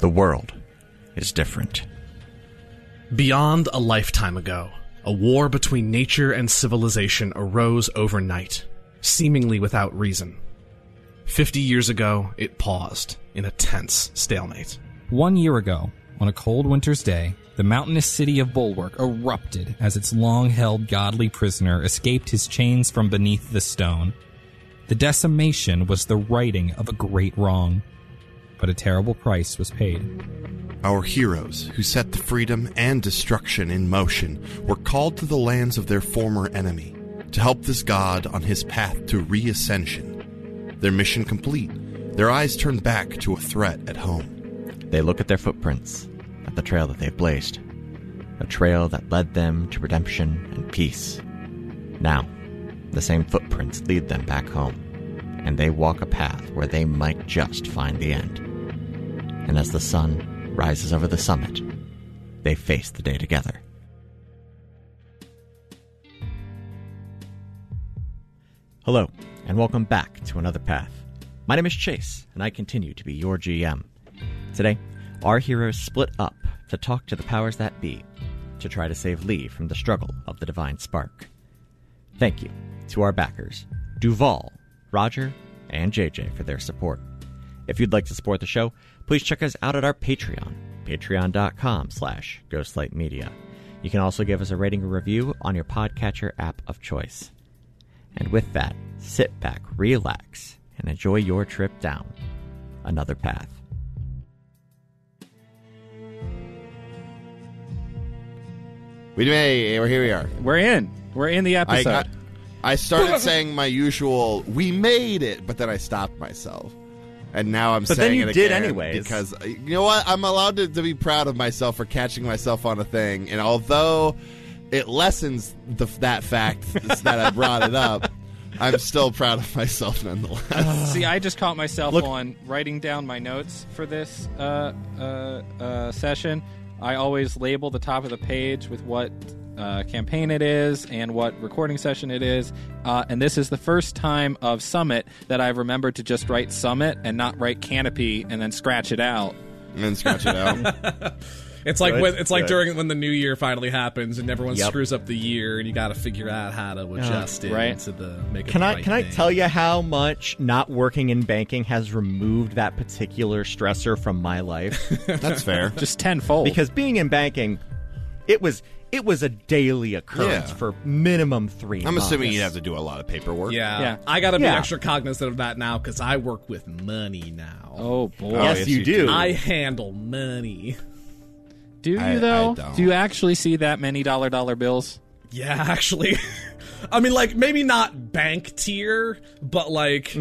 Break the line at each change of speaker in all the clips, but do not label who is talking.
The world is different.
Beyond a lifetime ago, a war between nature and civilization arose overnight, seemingly without reason. Fifty years ago, it paused in a tense stalemate.
One year ago, on a cold winter's day, the mountainous city of Bulwark erupted as its long held godly prisoner escaped his chains from beneath the stone. The decimation was the righting of a great wrong, but a terrible price was paid.
Our heroes, who set the freedom and destruction in motion, were called to the lands of their former enemy to help this god on his path to reascension. Their mission complete, their eyes turned back to a threat at home.
They look at their footprints, at the trail that they've blazed, a trail that led them to redemption and peace. Now, the same footprints lead them back home, and they walk a path where they might just find the end. And as the sun rises over the summit, they face the day together. Hello, and welcome back to another path. My name is Chase, and I continue to be your GM. Today, our heroes split up to talk to the powers that be to try to save Lee from the struggle of the Divine Spark. Thank you to our backers, Duval, Roger, and JJ for their support. If you'd like to support the show, please check us out at our Patreon, patreon.com slash ghostlightmedia. You can also give us a rating or review on your podcatcher app of choice. And with that, sit back, relax, and enjoy your trip down another path.
We hey, we're- here we are.
We're in. We're in the episode.
I got, I started saying my usual "We made it," but then I stopped myself, and now I'm
But then
saying
you
it
did
again
anyways.
because uh, you know what? I'm allowed to, to be proud of myself for catching myself on a thing, and although it lessens the, that fact that I brought it up, I'm still proud of myself nonetheless.
See, I just caught myself on writing down my notes for this uh, uh, uh, session. I always label the top of the page with what uh, campaign it is and what recording session it is. Uh, and this is the first time of Summit that I've remembered to just write Summit and not write Canopy and then scratch it out.
and then scratch it out.
It's like
Good,
when, it's like
good.
during when the new year finally happens and everyone
Yep.
screws up the year and you got to figure out how to adjust it
right.
to the make. it
Can
the
I
right
can I
thing.
tell you how much not working in banking has removed that particular stressor from my life?
That's fair.
Just tenfold.
because being in banking, it was it was a daily occurrence
Yeah.
for minimum three.
I'm
months.
assuming you'd have to do a lot of paperwork.
Yeah,
Yeah.
I got to be
Yeah.
extra cognizant of that now because I work with money now.
oh boy,
Oh,
Yes,
yes,
you,
you
do.
do.
I handle money.
do you
I- I
though?
don't.
do you actually see that many dollar dollar bills?
Yeah, actually. I mean, like maybe not bank tier, but like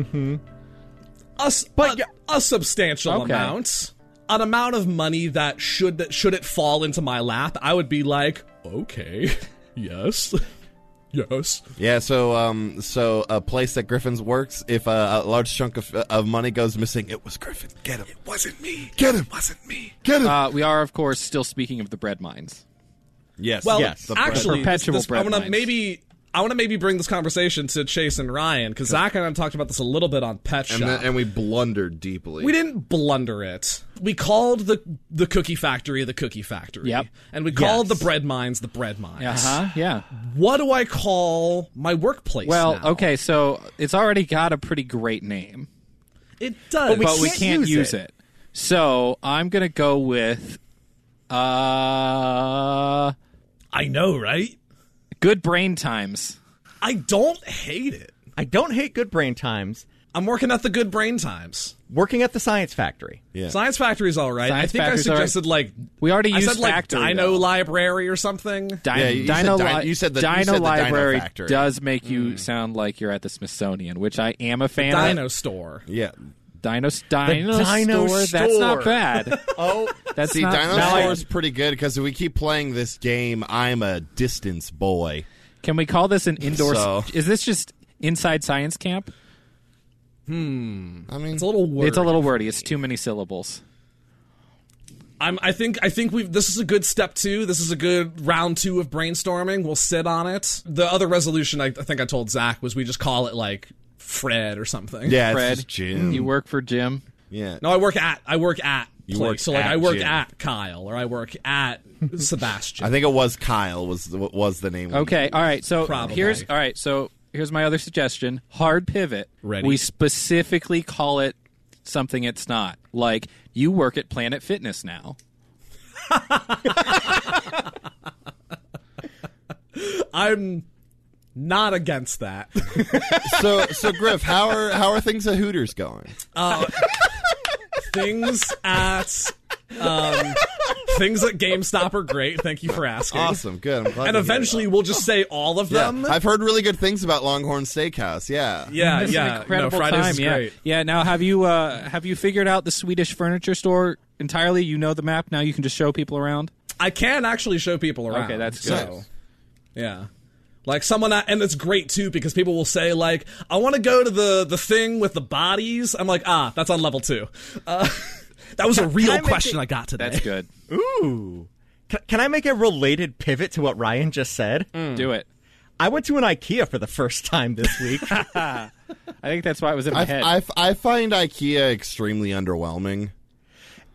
a, s-
But
a-
y-
a substantial
Mm-hmm. Okay.
amount, an amount of money that should that should it fall into my lap, I would be like, okay, yes, yes.
Yeah, so um, so a place that Griffin's works, if a, a large chunk of, of money goes missing, it was Griffin. Get him. It wasn't me. Get him. wasn't me. Get him.
Uh, we are, of course, still speaking of the bread mines.
yes.
Well,
yes. the
actually,
bread-
this-
Perpetual
this- I
bread
want to
lines.
maybe. I want to maybe bring this conversation to Chase and Ryan because Zach and I talked about this a little bit on Pet Shop.
and, then, and we blundered deeply.
We didn't blunder it. We called the the cookie factory the cookie factory.
Yep.
And we called
Yes.
the bread mines the bread mines.
Uh-huh, yeah.
What do I call my workplace?
Well,
now?
okay, so it's already got a pretty great name,
It does.
but we can't use, it. So I'm gonna go with, uh,
I know, right?
good brain times.
I don't hate it.
I don't hate good brain times.
I'm working at the good brain times.
Working at the science factory.
Yeah.
Science Factory's all right. I
Science
think I
Factory's all right.
suggested like
We already
I
used
said like
factory,
Dino
though.
Library or something.
Dino,
Yeah, you said
Dino,
Dino-
Li-
you said the- you
Dino
said the Dino
Library
Factory. Mm.
does make you sound like you're at the Smithsonian, which I am a fan
Dino
of.
store.
Yeah.
Dino, Dino,
Dino
store, That's
Store.
not bad.
Oh,
That's
See,
not bad.
dinosaur's pretty good because if we keep playing this game, I'm a distance boy.
Can we call this an indoor?
So-
Is this just inside science camp?
I mean,
It's a little word.
It's a little wordy. It's too many syllables.
I'm, I think I think we've. This is a good step two. This is a good round two of brainstorming. We'll sit on it. The other resolution I, I think I told Zach was we just call it like Fred or something.
yeah, it's
Fred,
just Jim.
you work for Jim.
yeah.
No, I work at I work at
You
place.
worked
so like
at
I work
Jim.
at Kyle or I work at Sebastian.
I think it was Kyle was was the name. we
Okay, all right. So
Probably.
here's all right. So here's my other suggestion: hard pivot.
Ready.
We specifically call it something it's not. Like you work at Planet Fitness now.
I'm not against that.
so so Griff, how are how are things at Hooters going?
things at um, things at GameStop are great. Thank you for asking.
Awesome, good. I'm glad
And
to hear
eventually
that.
we'll just say all of
Oh, yeah.
them.
I've heard really good things about Longhorn Steakhouse. Yeah,
Yeah,
It's
yeah.
an incredible
no, Fridays
time.
is
yeah,
great.
yeah. Now, have you uh, have you figured out the Swedish furniture store entirely? You know the map now. You can just show people around.
I can actually show people around.
Okay, that's
so,
good.
yeah. Like someone, and it's great too because people will say like, "I want to go to the the thing with the bodies." I'm like, "Ah, that's on level two. Uh, that was a real question I got today.
That's good.
Ooh. Can, can I make a related pivot to what Ryan just said?
Mm.
Do it.
I went to an IKEA for the first time this week.
I think that's why it was in my
I,
head.
I, I find IKEA extremely underwhelming.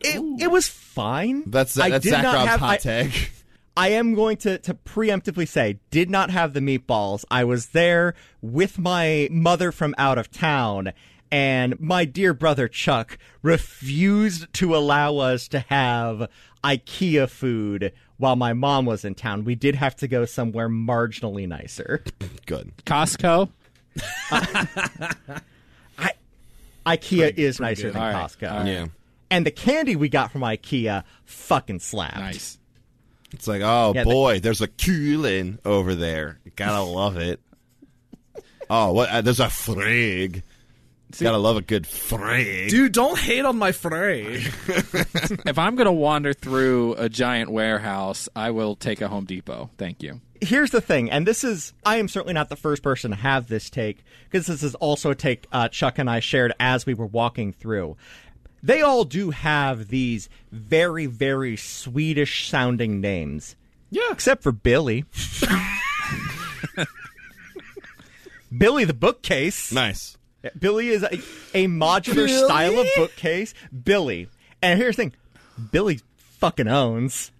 it, it was fine.
That's
I
that's
did
Zach
not
Rob's
have-
hot
I-
take.
I am going to, to preemptively say, did not have the meatballs. I was there with my mother from out of town, and my dear brother Chuck refused to allow us to have IKEA food while my mom was in town. We did have to go somewhere marginally nicer.
Good.
Costco.
IKEA is nicer than
All right,
Costco.
all right.
Yeah.
And the candy we got from IKEA fucking slapped.
Nice.
It's like, oh
Yeah, they-
boy, there's a Kulin over there. Gotta love it. Oh, what? Uh, there's a frig. Gotta love a good frig.
Dude, don't hate on my fray.
if I'm gonna wander through a giant warehouse, I will take a Home Depot. Thank you.
here's the thing, and this is I am certainly not the first person to have this take because this is also a take uh, Chuck and I shared as we were walking through. They all do have these very very Swedish sounding names. Yeah, except for Billy. Billy the bookcase.
nice.
Billy is a, a modular style of bookcase. Billy. And here's the thing. Billy fucking owns.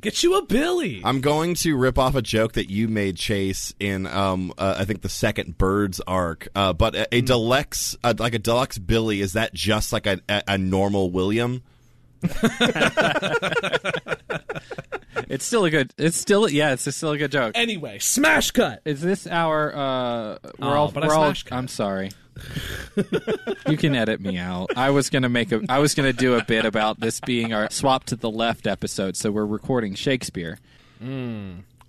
Get you a Billy.
I'm going to rip off a joke that you made, Chase, in um, uh, I think the second Birds arc. Uh, but a, a deluxe, uh, like a deluxe Billy, is that just like a, a, a normal William?
It's still a good. It's still yeah. It's still a good joke.
anyway, smash cut.
Is this our? Uh, we're
Oh,
all.
but I
we're all-
smash cut.
I'm sorry. you can edit me out. I was gonna make a. I was gonna do a bit about this being our swap to the left episode. So we're recording Shakespeare.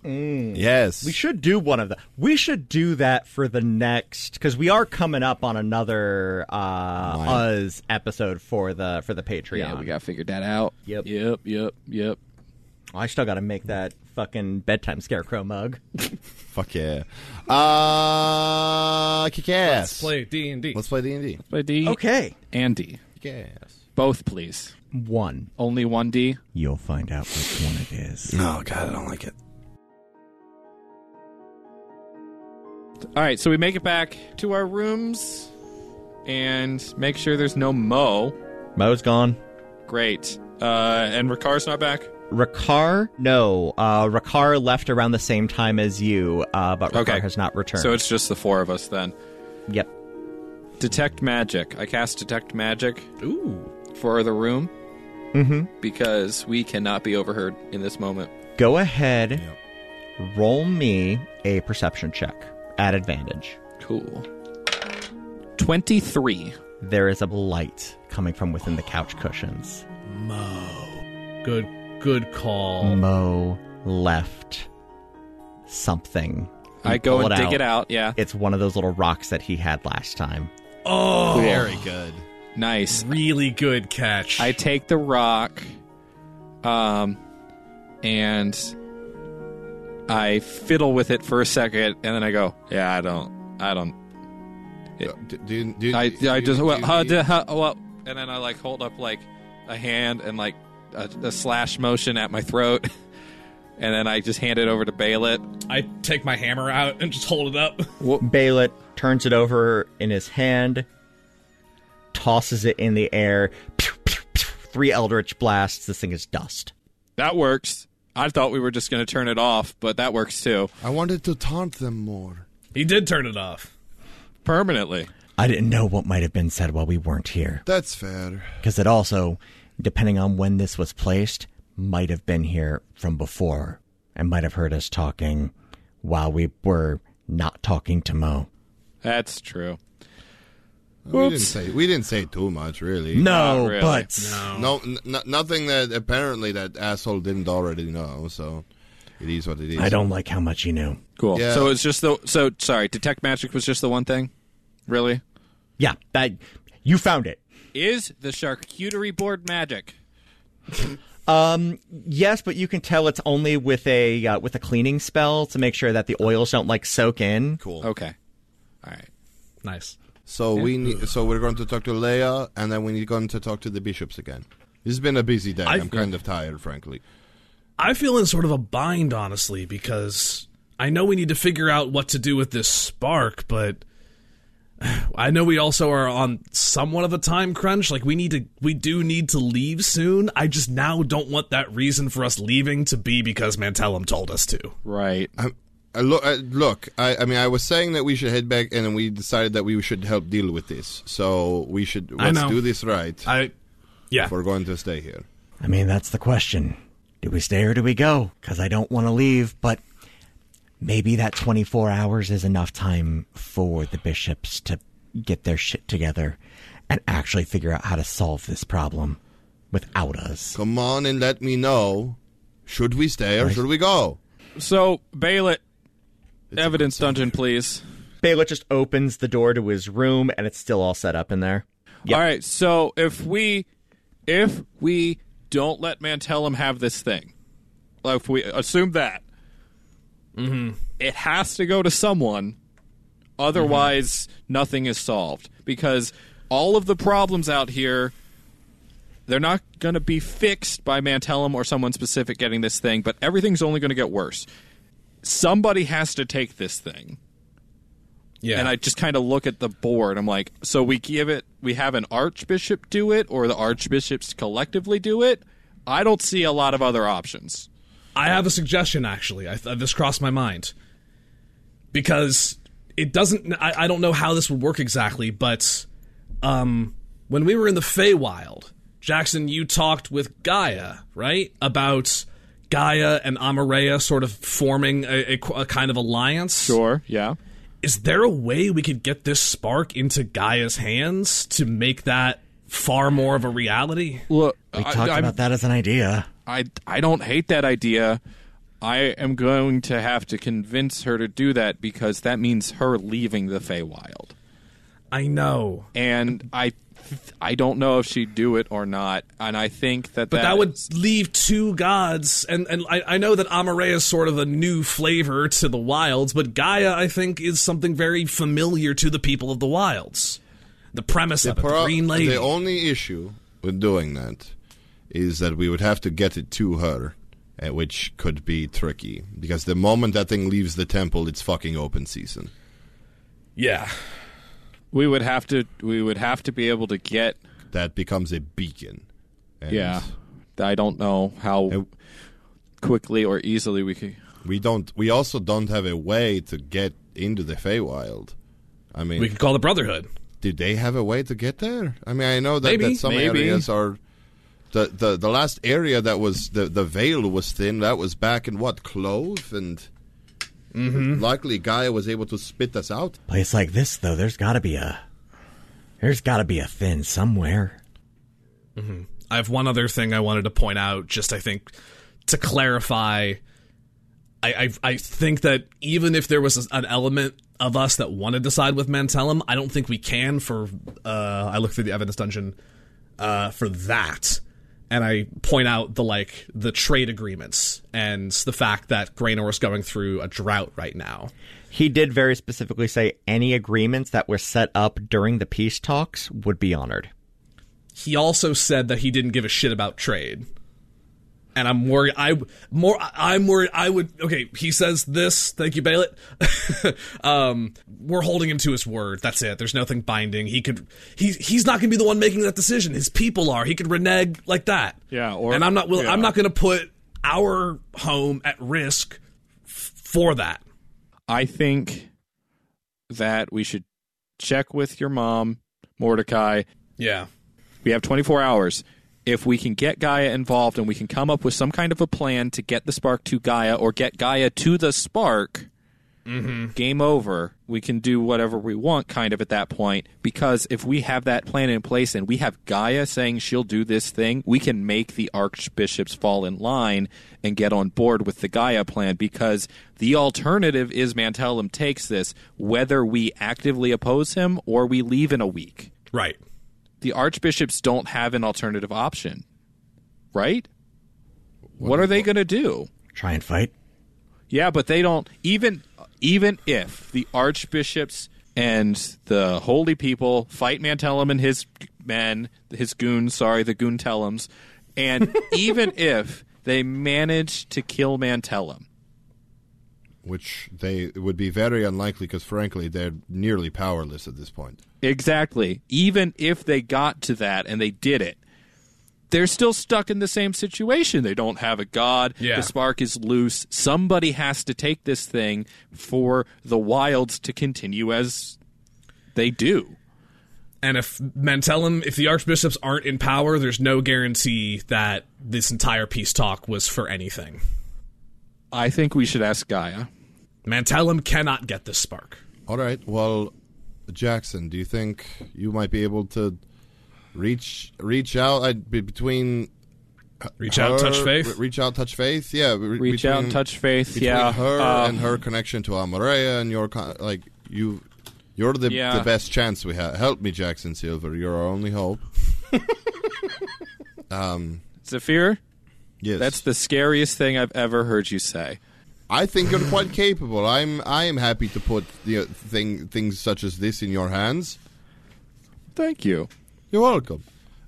Yes.
We should do one of the. We should do that for the next because we are coming up on another uh, Us episode for the for the Patreon.
Yeah, we got figured that out.
Yep.
Yep. Yep. Yep.
I still got to make that fucking bedtime scarecrow mug.
Fuck yeah. Uh, kick ass.
Let's play D and D.
Let's play D and D.
But D
Okay,
and D,
Kick ass.
both please.
one.
Only one D.
You'll find out which one it is.
Oh god, I don't like it.
All right, so we make it back to our rooms and make sure there's no Mo.
Mo's gone.
Great. Uh, and Ricar's not back.
Rakar? No. Uh, Rakar left around the same time as you, uh, but Rakar
Okay.
has not returned.
So it's just the four of us then.
yep.
Detect magic. I cast detect magic
Ooh,
for the room
Mm-hmm.
because we cannot be overheard in this moment.
Go ahead. Roll me a perception check at advantage.
Cool. 23.
There is a light coming from within the couch cushions.
Mo. Good, good
Oh.
call.
Mo left something.
I go
Pull
and
it
dig it out. Yeah.
It's one of those little rocks that he had last time.
Oh,
Very good.
Nice.
really good catch.
I take the rock, um, and I fiddle with it for a second, and then I go, "Yeah, I don't, I don't,
Do, do, do,
I,
do-
I just
do-
well,
do-
uh, huh,
do-
duh, huh, well," and then I like hold up like a hand and like a, a slash motion at my throat, and then I just hand it over to Baylet.
I take my hammer out and just hold it up.
Baylet turns it over in his hand, tosses it in the air. Pew, pew, three eldritch blasts. This thing is dust.
That works. I thought we were just going to turn it off, but that works too.
I wanted to taunt them more.
He did turn it off.
Permanently.
I didn't know what might have been said while we weren't here.
That's fair.
Because it also, depending on when this was placed, might have been here from before and might have heard us talking while we were not talking to Mo.
That's true.
We didn't say we didn't say too much, really.
No,
Not really.
but
no, n- n- nothing that apparently that asshole didn't already know. So it is what it is.
I don't like how much you knew.
Cool.
Yeah.
So it's just the so sorry, detect magic was just the one thing? Really?
Yeah, that you found it.
Is the charcuterie board magic?
Yes, but you can tell it's only with a uh, with a cleaning spell to make sure that the oils don't like soak in.
Cool.
Okay. All right.
Nice.
So we need, so we're going to talk to Leia, and then we're going to talk to the bishops again. This has been a busy day. i
I-
am kind of tired, frankly.
I feel in sort of a bind, honestly, because I know we need to figure out what to do with this spark, but I know we also are on somewhat of a time crunch. Like we need to, we do need to leave soon. I just now don't want that reason for us leaving to be because Mantellum told us to.
Right.
I, I look, I, uh, look. I, I mean, I was saying that we should head back, and then we decided that we should help deal with this. So we should
I
let's
know.
do this right.
I, yeah,
if we're going to stay here.
I mean, that's the question. Do we stay or do we go? Because I don't want to leave, but maybe that 24 hours is enough time for the bishops to get their shit together and actually figure out how to solve this problem without us.
Come on and let me know. Should we stay or should we go?
So Baylet evidence dungeon, please.
Baylet just opens the door to his room and it's still all set up in there.
All right. So if we if we don't let Mantellum have this thing, like if we assume that, it has to go to someone. Otherwise, nothing is solved because all of the problems out here. They're not going to be fixed by Mantellum or someone specific getting this thing, but everything's only going to get worse. Somebody has to take this thing
yeah.
and I just kind of look at the board. I'm like, so we give it, we have an archbishop do it, or the archbishops collectively do it. I don't see a lot of other options.
I have a suggestion actually. I th- this crossed my mind because it doesn't. I, I don't know how this would work exactly, but um, when we were in the Feywild, Jackson, you talked with Gaia, right, about Gaia and Amareya sort of forming a, a qu- a kind of alliance.
Sure, yeah.
Is there a way we could get this spark into Gaia's hands to make that far more of a reality?
Look,
We
I,
talked
I'm-
about that as an idea.
I I don't hate that idea. I am going to have to convince her to do that because that means her leaving the Feywild,
I know.
and I I don't know if she'd do it or not. And I think that
But
that,
that, would leave two gods, and and I, I know that Amare is sort of a new flavor to the wilds, but Gaia I think is something very familiar to the people of the wilds. The premise of it, the
Pro-
Green Lady.
The only issue with doing that is that we would have to get it to her, uh, which could be tricky because the moment that thing leaves the temple, it's fucking open season.
yeah,
we would have to we would have to be able to get
That becomes a beacon. And
Yeah. I don't know how
And-
quickly or easily we could.
we don't. We also don't have a way to get into the Feywild. I mean,
we could call the Brotherhood.
do they have a way to get there? I mean, I know that,
Maybe,
that some
maybe.
areas are. The, the the last area that was the the veil was thin. That was back in what Clove and
Mm-hmm.
likely Gaia was able to spit us out.
Place like this, though, there's got to be a there's got to be a thin somewhere.
I have one other thing I wanted to point out, just I think to clarify. I, I, I think that even if there was an element of us that wanted to side with Mantellum, I don't think we can. For uh, I look through the evidence dungeon uh, for that, and I point out the like the trade agreements and the fact that Graynor is going through a drought right now.
He did very specifically say any agreements that were set up during the peace talks would be honored.
He also said that he didn't give a shit about trade. and I'm worried. I more. I'm worried. I would. Okay, he says this. Thank you, Baylet. um, we're holding him to his word. That's it. There's nothing binding. He could. He he's not gonna be the one making that decision. His people are. He could renege like that.
Yeah, or-
and I'm not. Will,
yeah.
I'm not gonna put our home at risk f- for that.
I think that we should check with your mom, Mordecai.
Yeah.
We have 24 hours. If we can get Gaia involved and we can come up with some kind of a plan to get the spark to Gaia or get Gaia to the spark, game over. We can do whatever we want, kind of, at that point. Because if we have that plan in place and we have Gaia saying she'll do this thing, we can make the archbishops fall in line and get on board with the Gaia plan. Because the alternative is Mantellum takes this, whether we actively oppose him or we leave in a week.
Right.
The archbishops don't have an alternative option, right? What are they going to do?
Try and fight.
Yeah, but they don't even even if the archbishops and the holy people fight Mantellum and his men, his goons, sorry, the Goontellums, and even if they manage to kill Mantellum,
which they would be very unlikely because, frankly, they're nearly powerless at this point.
exactly, even if they got to that and they did it, they're still stuck in the same situation. They don't have a god.
Yeah.
The spark is loose. Somebody has to take this thing for the wilds to continue as they do.
And if Mantellum, if the archbishops aren't in power, there's no guarantee that this entire peace talk was for anything.
I think we should ask Gaia.
Mantellum cannot get this spark.
All right. Well, Jackson, do you think you might be able to reach reach out I, be- between uh,
Reach out,
her-
touch faith.
re- reach out, touch faith. Yeah. re-
Reach out and
between-
touch faith.
between
Yeah,
her
uh,
and her connection to Amareya and your con- like you. You're the,
Yeah.
the best chance we have. Help me, Jackson Silver. You're our only hope.
Zephyr.
Yes,
That's the scariest thing I've ever heard you say.
I think you're quite capable. I'm I am happy to put the uh, thing things such as this in your hands.
Thank you.
You're welcome.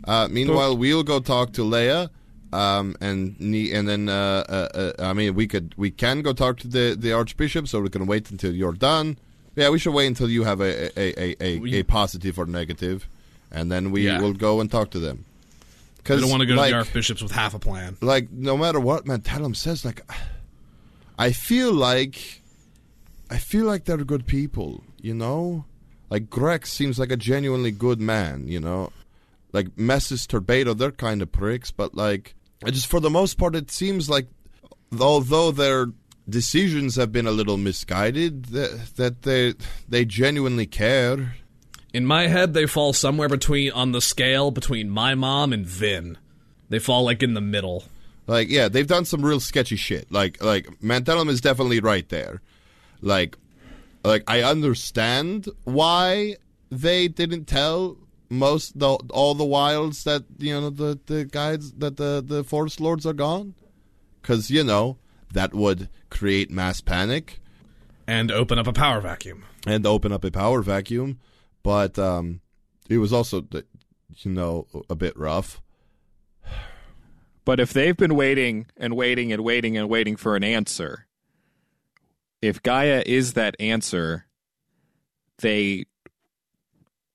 Uh, meanwhile, we'll go talk to Leia, um, and ne- and then uh, uh, uh, I mean we could we can go talk to the the Archbishop, so we can wait until you're done. Yeah, we should wait until you have a a, a, a, a positive or negative, and then we
Yeah.
will go and talk to them.
I
Because
don't want to go to the archbishops with half a plan.
like no matter what Mantellum says, like I feel like I feel like they're good people, you know? Like Greg seems like a genuinely good man, you know? Like Messes Turbato, they're kind of pricks, but like I just for the most part it seems like although their decisions have been a little misguided, that, that they they genuinely care.
In my head, they fall somewhere between on the scale between my mom and Vin. They fall like in the middle.
Like, yeah, they've done some real sketchy shit. Like, like Mantellum is definitely right there. Like, like I understand why they didn't tell most the, all the wilds that you know the the guides that the the forest lords are gone, because you know that would create mass panic
And open up a power vacuum.
and open up a power vacuum. But um, it was also you know a bit rough.
But if they've been waiting and waiting and waiting and waiting for an answer, if Gaia is that answer, they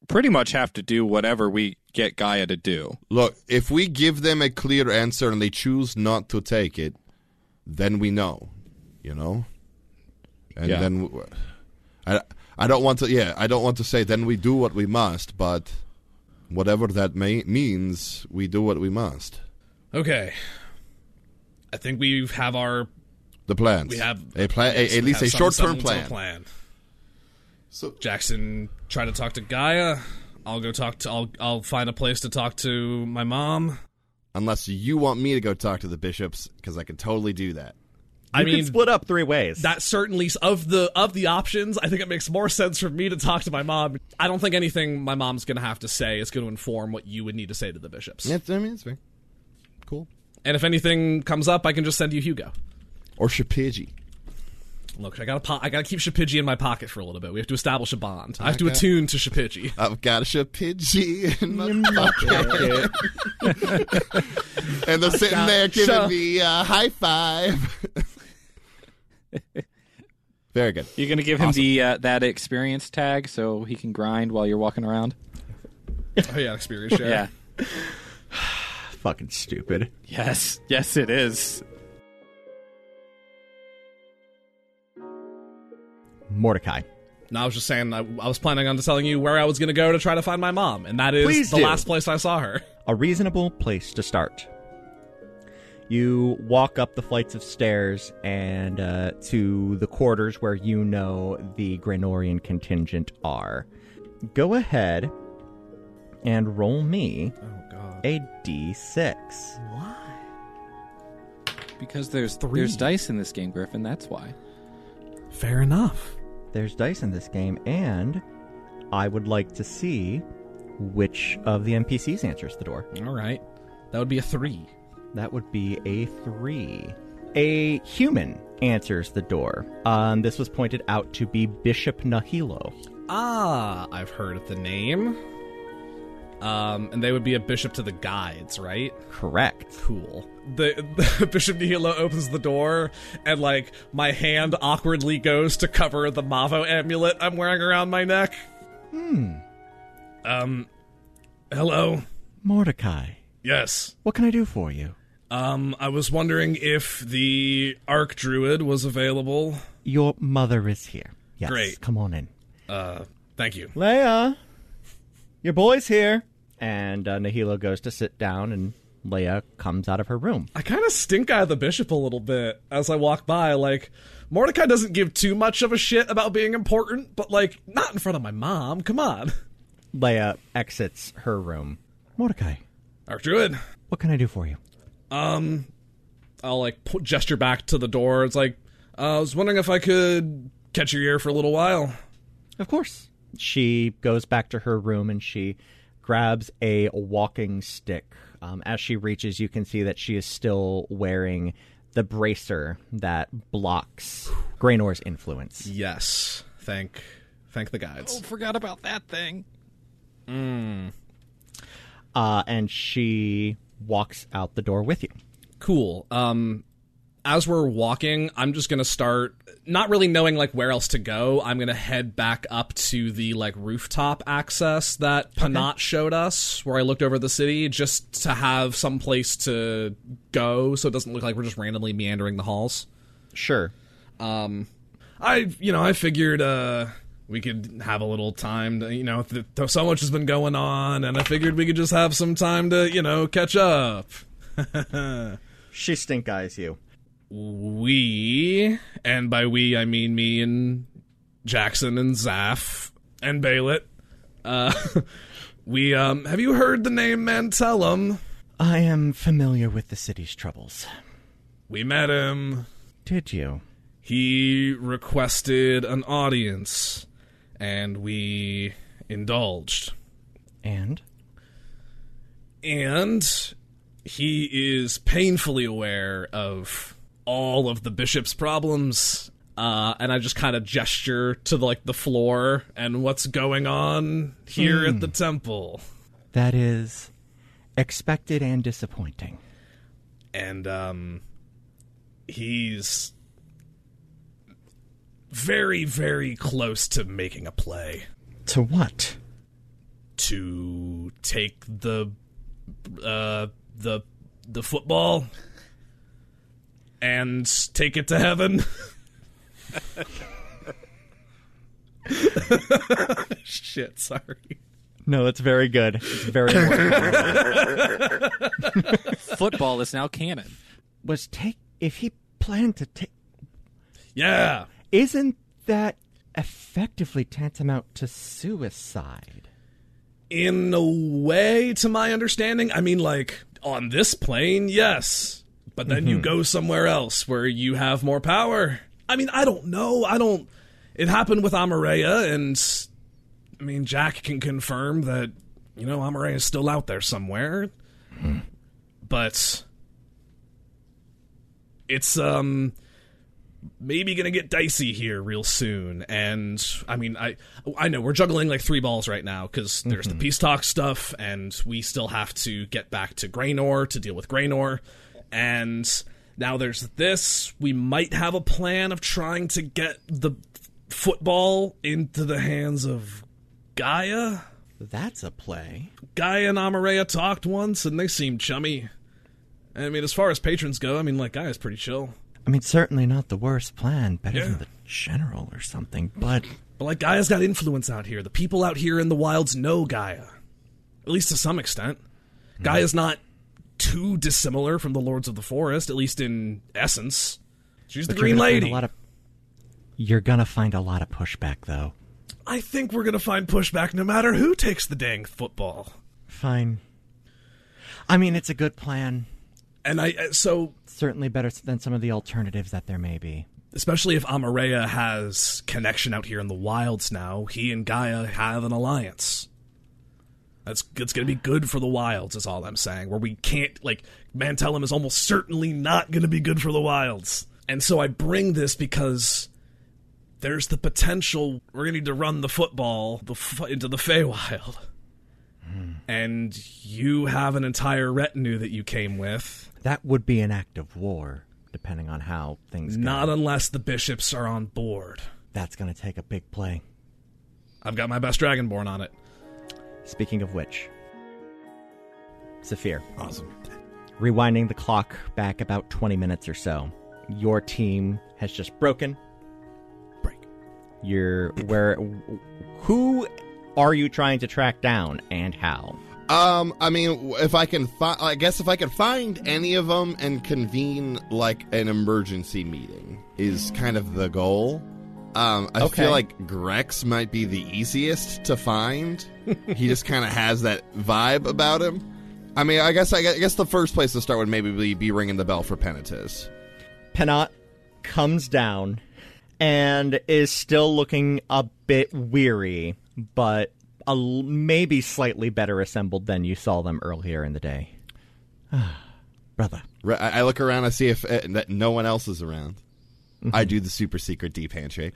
pretty much have to do whatever we get Gaia to do.
Look, if we give them a clear answer and they choose not to take it, then we know, you know, and
Yeah.
then w- I I don't want to yeah I don't want to say then we do what we must, but whatever that may, means, we do what we must.
Okay. I think we have our
The plans
we have
a plan,
yes,
a, at
we
least
have
a
some
short term
semblance of
plan.
a plan.
So
Jackson, try to talk to Gaia. I'll go talk to. I'll I'll find a place to talk to my mom.
unless you want me to go talk to the bishops, because I can totally do that.
I
you can
mean,
split up three ways.
that certainly of the of the options i think it makes more sense for me to talk to my mom i don't think anything my mom's going to have to say is going to inform what you would need to say to the bishops
Yeah, I mean it's fair. Cool.
and if anything comes up i can just send you hugo
Or Shapiji.
Look, I gotta po- I gotta keep Shapiji in my pocket for a little bit. We have to establish a bond. I have to
Okay.
attune to Shapiji.
Uh,
I've got a Shapiji in my pocket. and they're sitting there giving
So-
me a high five.
Very good.
You're gonna give him the uh, that experience tag so he can grind while you're walking around.
Oh yeah, experience share.
Yeah.
Fucking stupid.
Yes. Yes, it is.
Mordecai.
No, I was just saying I, I was planning on telling you where I was gonna go to try to find my mom, and that is
Please
the
do.
last place I saw her.
a reasonable place to start. You walk up the flights of stairs and uh, to the quarters where you know the Granorian contingent are. Go ahead and roll me a d6.
Because there's there's dice in this game, Griffin. That's why.
Fair enough.
There's dice in this game, and I would like to see which of the NPCs answers the door.
All right, that would be a three.
That would be a three. A human answers the door. Um, this was pointed out to be Bishop Nahilo.
Ah, I've heard the name. Um, and they would be a bishop to the guides, right?
Correct.
Cool. The, Bishop Nihilo opens the door, and like my hand awkwardly goes to cover the Mavo amulet I'm wearing around my neck. Hmm. Um. Hello.
Mordecai,
Yes.
what can I do for you?
Um. I was wondering if the Arc Druid was available.
Your mother is here. Yes.
Great.
Come on in.
Thank you.
Leia, your boy's here. And uh, Nahilo goes to sit down, and Leia comes out of her room.
I kind of stink eye the bishop a little bit as I walk by. Like, Mordecai doesn't give too much of a shit about being important, but like, not in front of my mom. Come on.
Leia exits her room. Mordecai,
Arcdruid.
what can I do for you?
I'll like pu- gesture back to the door. It's like, uh, I was wondering if I could catch your ear for a little while.
Of course. She goes back to her room and she grabs a walking stick. Um, as she reaches, you can see that she is still wearing the bracer that blocks Greynor's influence.
Yes. Thank, thank the guides.
Forgot about that thing.
Uh, and she walks out the door with you.
cool um as we're walking i'm just gonna start not really knowing like where else to go i'm gonna head back up to the like rooftop access that panat showed us where i looked over the city just to have some place to go so it doesn't look like we're just randomly meandering the halls
Sure.
I, you know, I figured uh, we could have a little time to, you know, th- th- so much has been going on, and I figured we could just have some time to, you know, catch up.
She stink eyes you.
We, and by we I mean me and Jackson and Zaff and Baylet. Uh, we, um, have you heard the name Mantellum?
I am familiar with the city's troubles.
We met him.
Did you?
He requested an audience, and we indulged.
And?
and he is painfully aware of all of the bishop's problems. Uh, and I just kind of gesture to the, like the floor and what's going on here at the temple.
That is expected and disappointing.
And um, he's very, very close to making a play
To what?
to take the uh, the the football and take it to heaven. Shit, sorry.
No, that's very good. It's very important.
Football is now canon.
was take if he planned to take
Yeah,
isn't that effectively tantamount to suicide
in a way, to my understanding, I mean, like on this plane, yes, but then
Mm-hmm.
you go somewhere else where you have more power. I mean, I don't know. I don't. It happened with Amareya, and I mean, Jack can confirm that you know Amareya is still out there somewhere, but it's um maybe gonna get dicey here real soon. And I mean, I I know we're juggling like three balls right now because there's the peace talk stuff, and we still have to get back to Graynor to deal with Graynor, and now there's this. We might have a plan of trying to get the football into the hands of Gaia.
That's a play.
Gaia and Amareya talked once, and they seemed chummy. I mean, as far as patrons go, I mean, like Gaia's pretty chill.
I mean, certainly not the worst plan. Better
Yeah.
than the general or something. But
But like Gaia's got influence out here. The people out here in the wilds know Gaia. At least to some extent. Gaia's not too dissimilar from the Lords of the Forest, at least in essence. She's the
but you're
Green
gonna find
Lady.
A lot of, you're gonna find a lot of pushback, though.
I think we're gonna find pushback no matter who takes the dang football.
Fine. I mean, it's a good plan.
And I uh, so
Certainly better than some of the alternatives that there may be.
especially if Amareya has connection out here in the wilds now, he and Gaia have an alliance. That's that's gonna be good for the wilds, is all I'm saying. Where we can't like Mantellum is almost certainly not gonna be good for the wilds. And so I bring this because there's the potential we're gonna need to run the football the f- into the Feywild. And you have an entire retinue that you came with.
That would be an act of war, depending on how things. go.
Not unless the bishops are on board.
That's gonna take a big play.
I've got my best Dragonborn on it.
Speaking of which, Saphir.
Awesome.
rewinding the clock back about 20 minutes or so. Your team has just broken.
Break.
You're where who are you trying to track down and how?
Um, I mean, w- if I can find, I guess if I can find any of them and convene like an emergency meeting is kind of the goal. Um, I
Okay.
feel like Grex might be the easiest to find. he just kind of has that vibe about him. I mean, I guess I gue- I guess the first place to start would maybe be, be ringing the bell for Penitus.
Penat comes down and is still looking a bit weary, but a, l- maybe slightly better assembled than you saw them earlier in the day. Brother.
Re- I I look around, I see if uh, that no one else is around. I do the super secret deep handshake.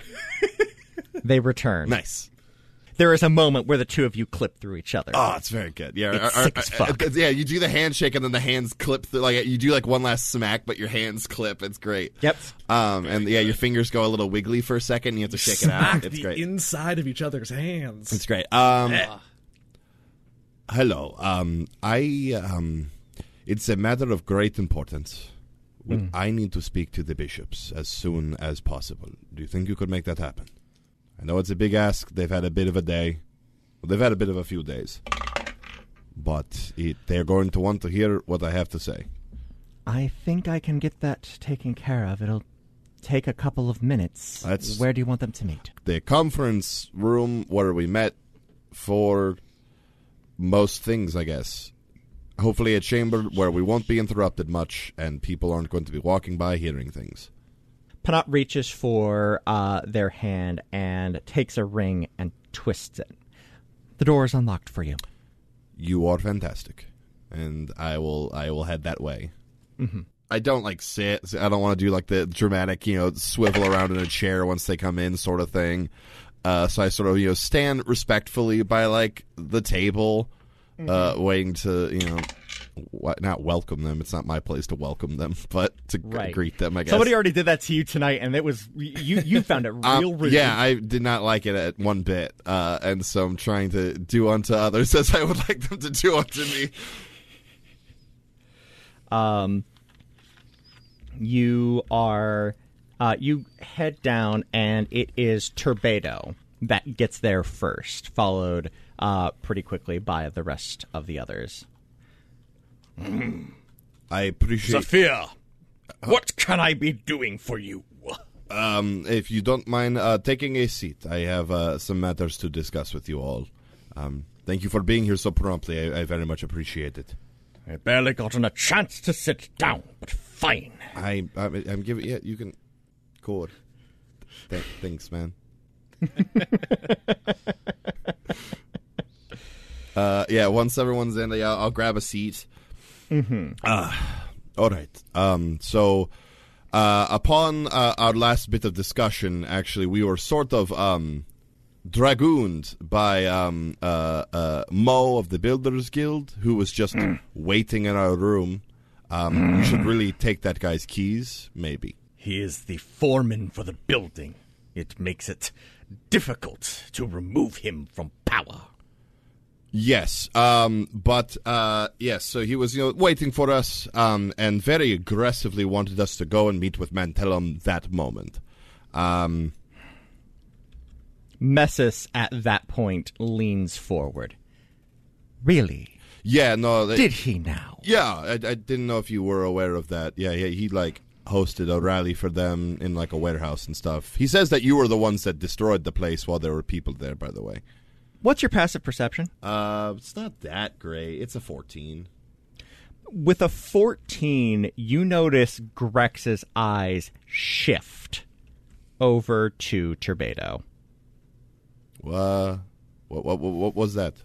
They return.
Nice.
There is a moment where the two of you clip through each other.
Oh, it's very good. Yeah,
It's
or- or-
sick as fuck.
uh, yeah. You do the handshake and then the hands clip. Through, like you do like one last smack, but your hands clip. It's great.
Yep.
Um, and yeah, your fingers go a little wiggly for a second. And you have to shake it
smack
out. It's
the
great.
inside of each other's hands.
it's great. Um, hello. Um, I um, it's a matter of great importance. We- I need to speak to the bishops as soon as possible. Do you think you could make that happen? I know it's a big ask. They've had a bit of a day. Well, they've had a bit of a few days. But it, they're going to want to hear what I have to say.
I think I can get that taken care of. It'll take a couple of minutes.
That's-
Where do you want them to meet?
The conference room where we met for most things, I guess. Hopefully, a chamber where we won't be interrupted much and people aren't going to be walking by hearing things.
Panat reaches for uh, their hand and takes a ring and twists it. The door is unlocked for you.
you are fantastic and i will i will head that way
Mm-hmm.
i don't like sit i don't want to do like the dramatic you know swivel around in a chair once they come in sort of thing uh, so i sort of you know stand respectfully by like the table uh,
Mm-hmm.
waiting to you know w- not welcome them it's not my place to welcome them but to g- greet them i guess
Somebody already did that to you tonight, and it was you. You found it
Um,
real rude.
yeah, I did not like it at one bit, uh, and so I'm trying to do unto others as I would like them to do unto me.
um, you are uh, you head down and it is Turbado that gets there first, followed uh, pretty quickly by the rest of the others.
I appreciate
Sophia, what can I be doing for you?
Um, if you don't mind uh, taking a seat, I have uh, some matters to discuss with you all. Um, thank you for being here so promptly. I, I very much appreciate it.
I barely gotten a chance to sit down, but fine.
I, I I'm giving. Yeah, you can. Cool. Th- thanks, man. uh, yeah. Once everyone's in, Ah, yeah, I'll grab a seat. Mm-hmm. all right. Um. So, Uh, upon uh, our last bit of discussion, actually, we were sort of um, dragooned by um, uh, uh, Mo of the Builders Guild, who was just waiting in our room. Um, you should really take that guy's keys, maybe.
He is the foreman for the building. It makes it difficult to remove him from power.
Yes, um, but uh, yes, so he was you know waiting for us um, and very aggressively wanted us to go and meet with Mantellum that moment. Um,
Messis at that point leans forward. Really?
yeah, no, they-
Did he now?
yeah, I, I didn't know if you were aware of that. Yeah, yeah, he like hosted a rally for them in like a warehouse and stuff. He says that you were the ones that destroyed the place while there were people there. By the way,
What's your passive perception?
uh, it's not that great. It's a fourteen.
With a 14, you notice Grex's eyes shift over to Turbado.
Uh, what, what, what, what was that?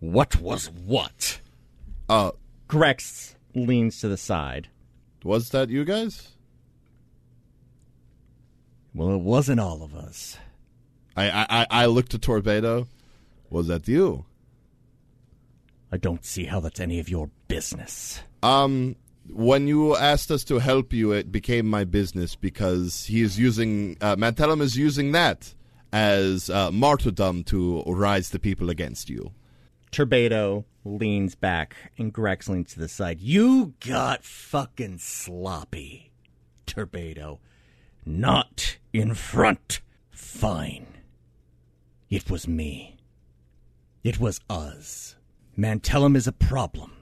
What was what?
Uh,
Grex leans to the side.
was that you guys?
Well, it wasn't all of us.
I, I, I- I looked to Torpedo. Was that you?
I don't see how that's any of your business.
Um, when you asked us to help you, it became my business because he is using uh, Mantellum is using that as uh, martyrdom to rise the people against you.
Turbado leans back and Grex leans to the side. You
You got fucking sloppy, Turbado. Not in front. Fine. It was me. It was us. Mantellum is a problem.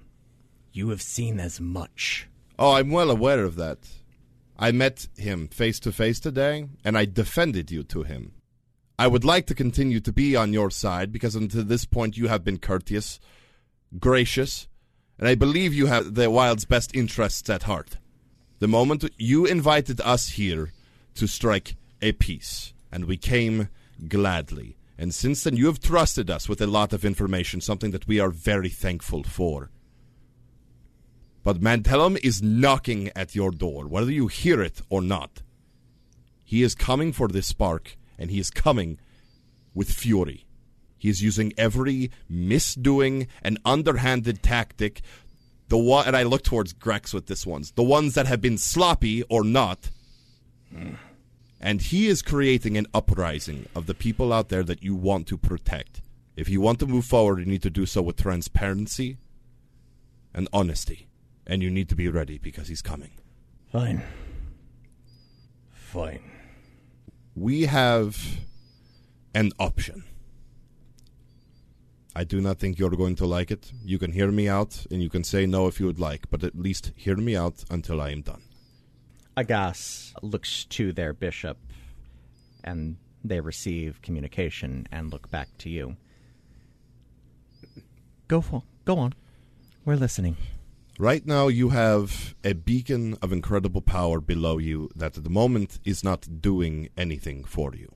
You have seen as much.
Oh, I'm well aware of that. I met him face to face today, and I defended you to him. I would like to continue to be on your side because until this point you have been courteous, gracious, and I believe you have the wild's best interests at heart. The moment you invited us here to strike a peace, and we came gladly. And since then, you have trusted us with a lot of information, something that we are very thankful for. But Mantellum is knocking at your door, whether you hear it or not. He is coming for this spark, and he is coming with fury. He is using every misdoing and underhanded tactic. The one, and I look towards Grex with this ones, the ones that have been sloppy or not. And he is creating an uprising of the people out there that you want to protect. If you want to move forward, you need to do so with transparency and honesty. And you need to be ready because he's coming.
Fine. Fine.
We have an option. I do not think you're going to like it. You can hear me out and you can say no if you would like, but at least hear me out until I am done.
Agas looks to their bishop and they receive communication and look back to you. Go for go on. We're listening.
Right now, you have a beacon of incredible power below you that at the moment is not doing anything for you.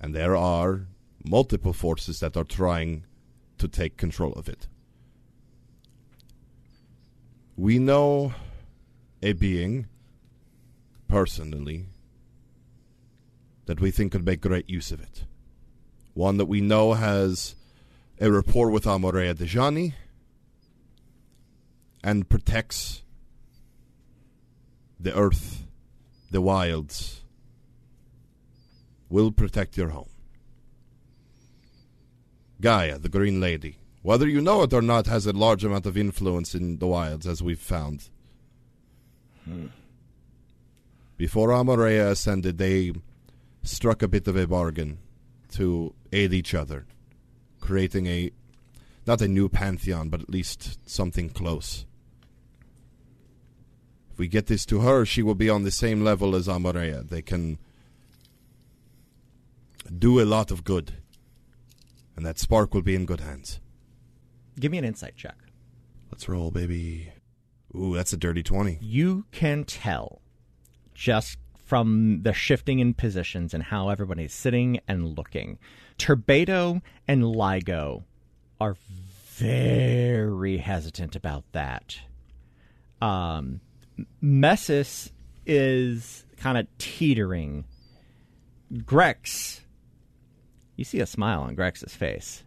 And there are multiple forces that are trying to take control of it. We know a being, personally, that we think could make great use of it. One that we know has a rapport with Amorea Dejani and protects the earth, the wilds, will protect your home. Gaia, the Green Lady, whether you know it or not, has a large amount of influence in the wilds, as we've found. Before Amorea ascended, they struck a bit of a bargain to aid each other, creating a not a new pantheon, but at least something close. If we get this to her, she will be on the same level as Amorea. They can do a lot of good, and that spark will be in good hands.
Give me an insight check.
Let's roll, baby. Ooh, that's a dirty 20.
You can tell just from the shifting in positions and how everybody's sitting and looking. Turbado and Ligo are very hesitant about that. Um, Messis is kind of teetering. Grex, you see a
oh,
smile on Grex's face.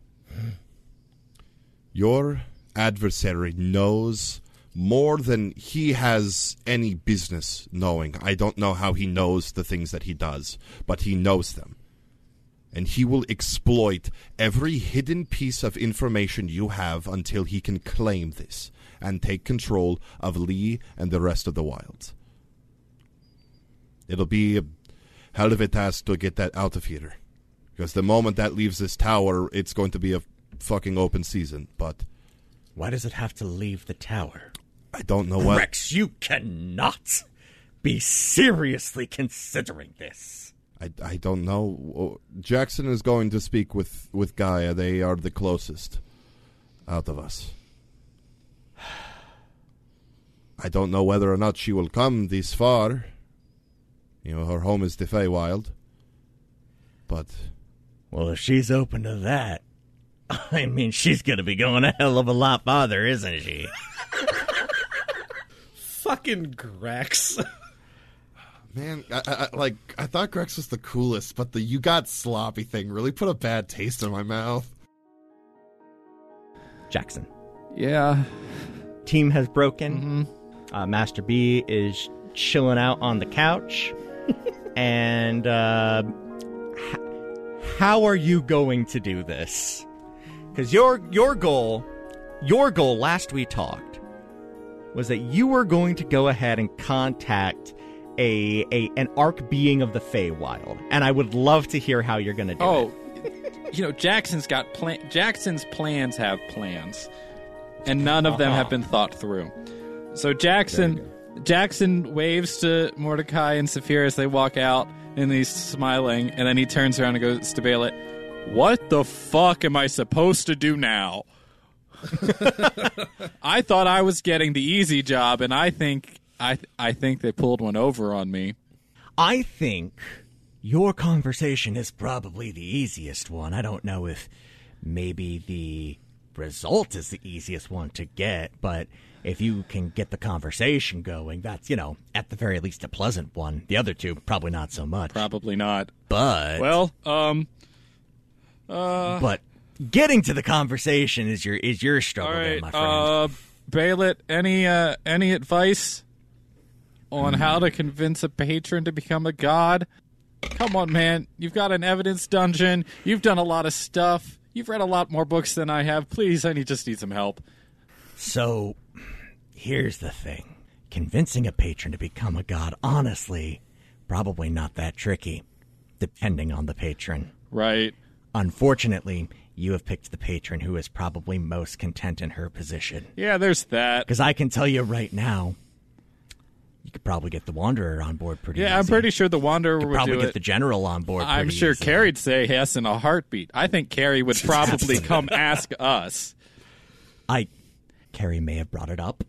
Your adversary knows more than he has any business knowing. I don't know how he knows the things that he does, but he knows them. And he will exploit every hidden piece of information you have until he can claim this and take control of Lee and the rest of the wilds. It'll be a hell of a task to get that out of here. Because the moment that leaves this tower, it's going to be a fucking open season. But
Why does it have to leave the tower?
I don't know what.
Rex, you cannot be seriously considering this.
I, I don't know. Jackson is going to speak with, with Gaia. They are the closest out of us. I don't know whether or not she will come this far. You know, her home is the Feywild. But
Well, if she's open to that, I mean, she's going to be going a hell of a lot farther, isn't she?
Fucking Grex.
man, I, I, I- like I thought Grex was the coolest, but the you got sloppy thing really put a bad taste in my mouth.
Jackson,
Yeah. Mm-hmm.
team has broken. Uh, Master B is chilling out on the couch. and uh, h- how are you going to do this? Because your your goal, your goal last we talked, was that you were going to go ahead and contact a, a an arc being of the Feywild, and I would love to hear how you're going to do it.
Oh, you know Jackson's got plan. Jackson's plans have plans, and none of them have been thought through. So Jackson, Jackson waves to Mordecai and Saphir as they walk out, and he's smiling. And then he turns around and goes to Baylet. What the fuck am I supposed to do now? I thought I was getting the easy job, and I think I I think they pulled one over on me.
I think your conversation is probably the easiest one. I don't know if maybe the result is the easiest one to get, but if you can get the conversation going, that's, you know, at the very least a pleasant one. The other two, probably not so much.
Probably not.
But,
Well, um,
but getting to the conversation is your is your struggle,
All
there,
right,
my friend.
uh, Baylet, any uh, any advice
Mm.
on how to convince a patron to become a god? Come on, man! You've got an evidence dungeon. You've done a lot of stuff. You've read a lot more books than I have. Please, I need, just need some help.
So here's the thing convincing a patron to become a god, honestly, probably not that tricky, depending on the patron.
Right?
Unfortunately, you have picked the patron who is probably most content in her position.
Yeah, there's that.
Because I can tell you right now, you could probably get the Wanderer on board pretty
Yeah, I'm
easy.
pretty sure the Wanderer
You could
would
probably
do
get
it.
the General on board
I'm
pretty
sure
easy.
Carrie'd say yes in a heartbeat. I think Carrie would probably come ask us.
I. Carrie may have brought it up.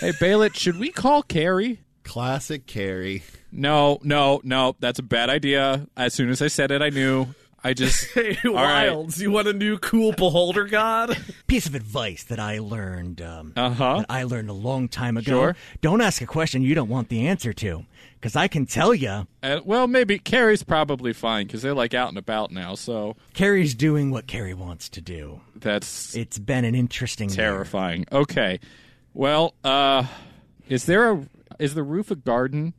Hey, Baylet, should we call Carrie?
Classic Carrie.
No, no, no. That's a bad idea. As soon as I said it, I knew. I just
Hey,
All right.
Wilds, you want a new cool beholder god?
Piece of advice that I learned. Um,
Uh-huh.
That I learned a long time ago.
Sure.
Don't ask a question you don't want the answer to, because I can tell you.
Uh, well, maybe Carrie's probably fine because they're like out and about now. So
Carrie's doing what Carrie wants to do.
that's
It's been an interesting year.
terrifying. Okay. Well, uh, is there a is the roof a garden?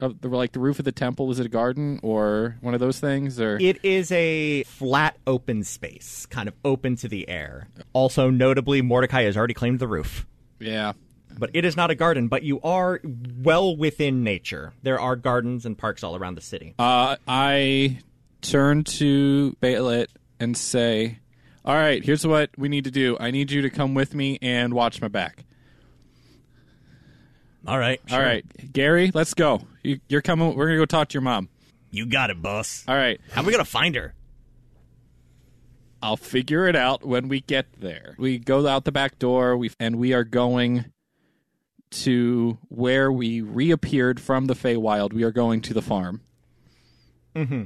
Of the, like the roof of the temple is it a garden or one of those things or
It is a flat open space, kind of open to the air. Also, notably, Mordecai has already claimed the roof.
yeah
But it is not a garden, but you are well within nature. There are gardens and parks all around the city.
Uh, I turn to Baylet and say, "All right, here's what we need to do. I need you to come with me and watch my back.
All right.
All right, Gary, let's go. You, you're coming. We're gonna go talk to your mom.
You got it, boss.
All right,
How are we going to find her?
I'll figure it out when we get there. We go out the back door. We and we are going." To where we reappeared from the Feywild, we are going to the farm, mm-hmm.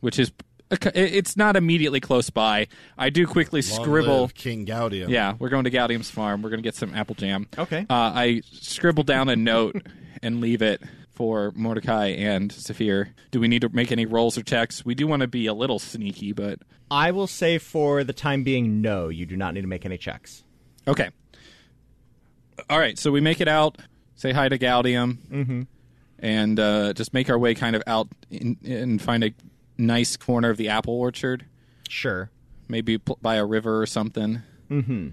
which is it's not immediately close by. I do quickly scribble
King Gaudium.
Yeah, we're going to Gaudium's farm. We're going to get some apple jam.
Okay.
Uh, I scribble down a note and leave it for Mordecai and Saphir. Do we need to make any rolls or checks? We do want to be a little sneaky, but
I will say for the time being, no, you do not need to make any checks.
okay. All right, so we make it out. Say hi to Gaudium, and uh, just make our way kind of out in, and find a nice corner of the apple orchard.
Sure.
maybe pl- by a river or something. Mm-hmm.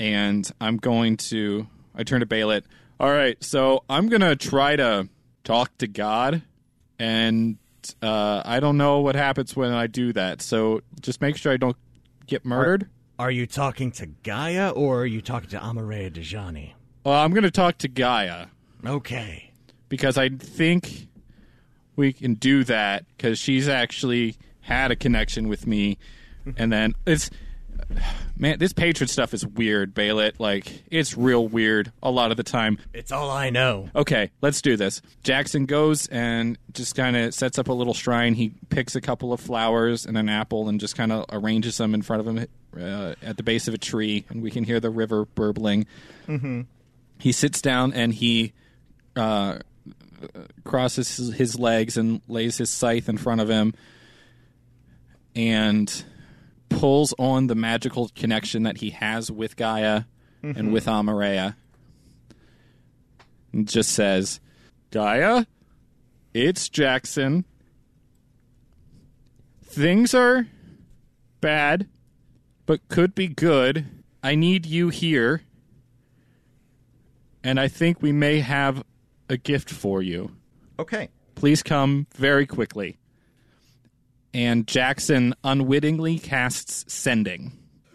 And I'm going to. I turn to Baylet. All right, so I'm gonna try to talk to God, and uh, I don't know what happens when I do that. So just make sure I don't get murdered.
Are you talking to Gaia or are you talking to Amareya Dejani?
Well, Uh, I'm gonna talk to Gaia
Okay.
because I think we can do that because she's actually had a connection with me, and then it's man, this patron stuff is weird, Baylet. Like it's real weird a lot of the time.
It's all I know.
okay, let's do this. Jackson goes and just kind of sets up a little shrine. He picks a couple of flowers and an apple and just kind of arranges them in front of him uh, at the base of a tree, and we can hear the river burbling. Mm-hmm. He sits down and he uh, crosses his- his legs and lays his scythe in front of him and pulls on the magical connection that he has with Gaia and with Amareya and just says, Gaia, it's Jackson. Things are bad, but could be good. I need you here. And I think we may have a gift for you.
Okay.
Please come very quickly. And Jackson unwittingly casts sending.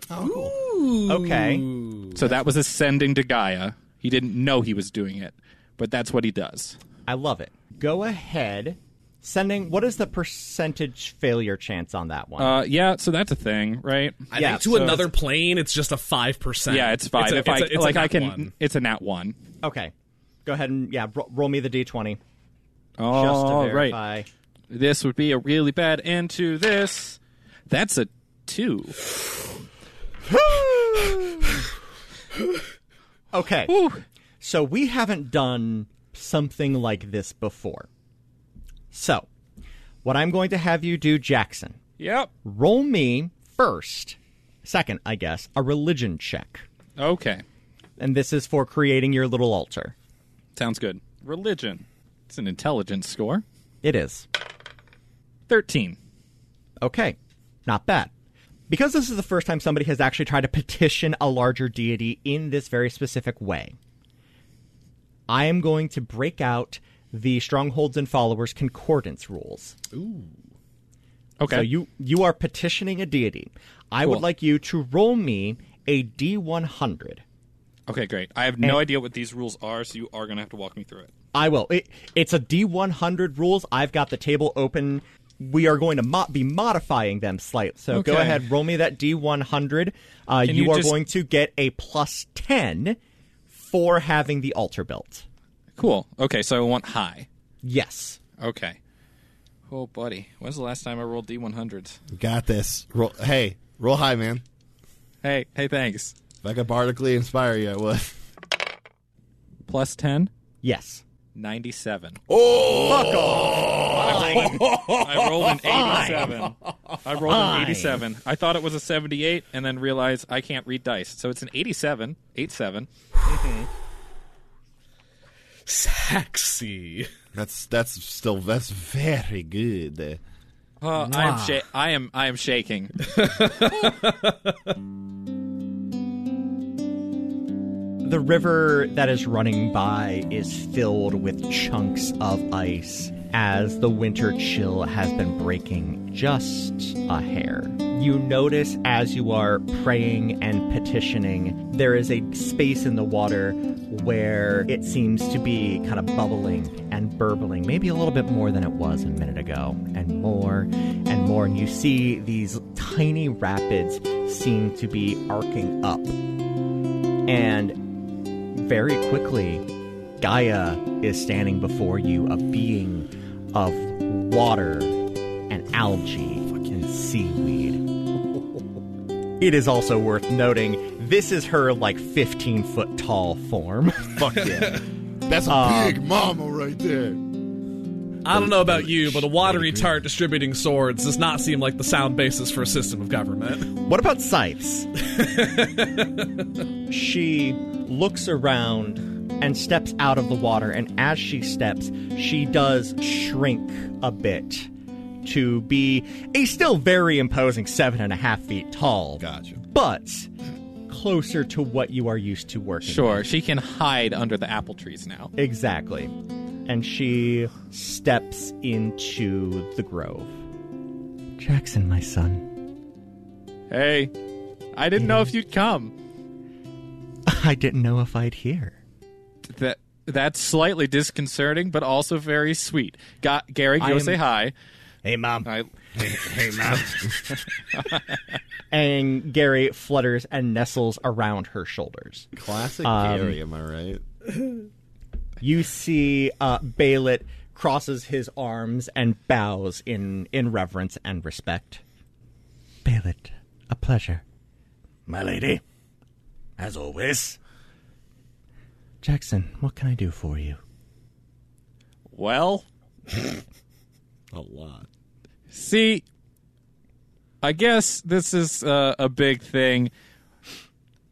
Okay.
So that was a sending to Gaia. He didn't know he was doing it, but that's what he does.
I love it. Go ahead. Sending. What is the percentage failure chance on that one?
Uh, yeah, so that's a thing, right?
I
Yeah,
think to
so-
another plane, it's just a five percent.
Yeah, it's five.
a-
if I
a- it's a
like, I
nat
can.
one.
It's a nat one.
okay. Go ahead and yeah, ro- roll me the d20 just
Oh,
to verify.
right. This would be a really bad end to this. That's a two.
Okay. So we haven't done something like this before. So, what I'm going to have you do, Jackson,
Yep.
roll me first, second, I guess, a religion check.
Okay.
And this is for creating your little altar.
Sounds good. Religion. It's an intelligence score.
It is.
Thirteen.
Okay. Not bad. Because this is the first time somebody has actually tried to petition a larger deity in this very specific way, I am going to break out the strongholds and followers concordance rules.
Okay.
So you you are petitioning a deity. I would
Cool.
like you to roll me a d100.
okay, great. I have no idea what these rules are, so you are gonna have to walk me through it.
I will. It, it's a d100 rules. I've got the table open. We are going to mo- be modifying them slightly. So go
Okay.
ahead, roll me that d100. Uh, you,
you
are
just-
going to get a plus 10 for having the altar built.
Cool. Okay, so I want high.
Yes.
Okay. Oh, buddy. When's the last time I rolled D100s?
Got this. Roll, hey, roll high, man.
Hey, hey, thanks.
If I could bardically inspire you, I would.
Plus 10?
Yes.
97. Oh, fuck off. I rolled, I rolled an 87. I rolled an 87. I thought it was a 78 and then realized I can't read dice. So it's an 87. 87.
Sexy.
That's that's still that's very good. eh?
Uh, I am sha- I am I am shaking.
The river that is running by is filled with chunks of ice as the winter chill has been breaking just a hair. You notice as you are praying and petitioning, there is a space in the water where it seems to be kind of bubbling and burbling, maybe a little bit more than it was a minute ago, and more and more. And you see these tiny rapids seem to be arcing up. And very quickly, Gaia is standing before you, a being of water and algae and seaweed. It is also worth noting this is her like 15 foot tall form.
Fuck yeah.
That's a big mama right there.
I don't know about you, but a watery tart distributing swords does not seem like the sound basis for a system of government.
What about scythes? she looks around and steps out of the water, and as she steps, she does shrink a bit to be a still very imposing seven and a half feet tall.
Gotcha.
But closer to what you are used to working.
Sure,
with.
she can hide under the apple trees now.
Exactly. And she steps into the grove. Jackson, my son,
Hey, I didn't know if you'd come.
I didn't know if I'd hear.
That that's slightly disconcerting, but also very sweet. Got Gary, go
I am-
say hi.
Hey, mom.
I,
And Gary flutters and nestles around her shoulders.
Classic Gary, am I right?
You see uh, Baylet crosses his arms and bows in, in reverence and respect. Baylet, a pleasure.
My lady. As always.
Jackson, what can I do for you?
well,
A lot.
See, I guess this is uh, a big thing.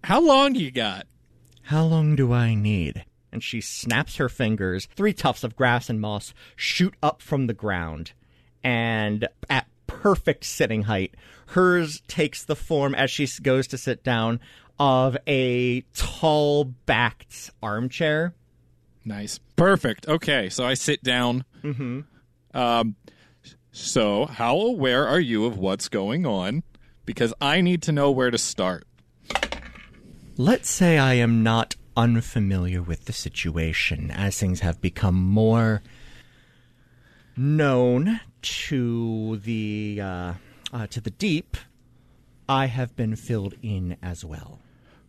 How long you got?
How long do I need? And she snaps her fingers. Three tufts of grass and moss shoot up from the ground. And at perfect sitting height, hers takes the form as she s- goes to sit down of a tall backed armchair.
Nice. Perfect. Okay, so I sit down. Mm-hmm. Um, so, how aware are you of what's going on? Because I need to know where to start.
Let's say I am not unfamiliar with the situation as things have become more known to the uh, uh, to the deep. I have been filled in as well.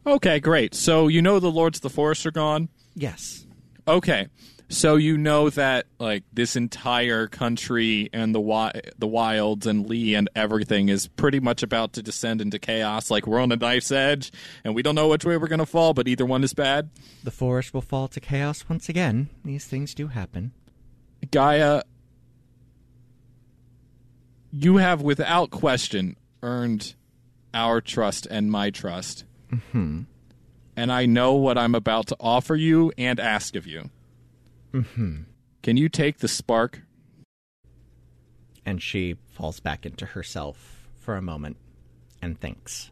Okay, great. So, you know the Lords of the Forest are gone?
Yes,
Okay. So you know that like this entire country and the wi- the wilds and Lee and everything is pretty much about to descend into chaos. Like we're on a knife's edge, and we don't know which way we're gonna fall, but either one is bad.
the forest will fall to chaos once again. These things do happen.
Gaia, you have without question earned our trust and my trust, mm-hmm. and I know what I'm about to offer you and ask of you. Mm-hmm. Can you take the spark?
And she falls back into herself for a moment and thinks.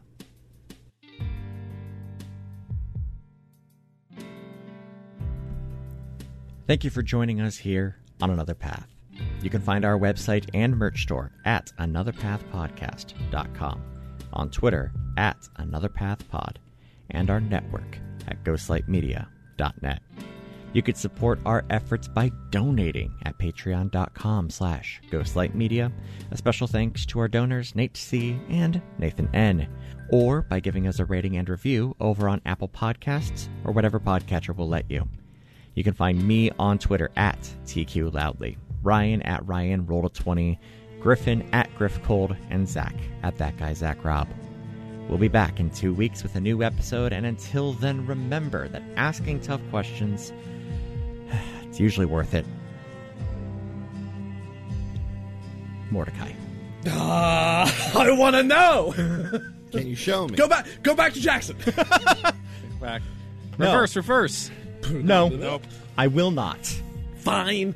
Thank you for joining us here on Another Path. You can find our website and merch store at anotherpathpodcast.com, on Twitter at anotherpathpod, and our network at ghostlightmedia.net. You could support our efforts by donating at patreon.com slash ghostlightmedia. A special thanks to our donors Nate C. and Nathan N. Or by giving us a rating and review over on Apple Podcasts or whatever podcatcher will let you. You can find me on Twitter at TQ Loudly, Ryan at Ryan Roll to 20, Griffin at Griff Cold, and Zach at That Guy Zach Rob. We'll be back in two weeks with a new episode, and until then, remember that asking tough questions, it's usually worth it. Mordecai.
Uh, I want to know.
Can you show me?
Go back. Go back to Jackson.
Back. Reverse, reverse.
No, I will not.
Fine.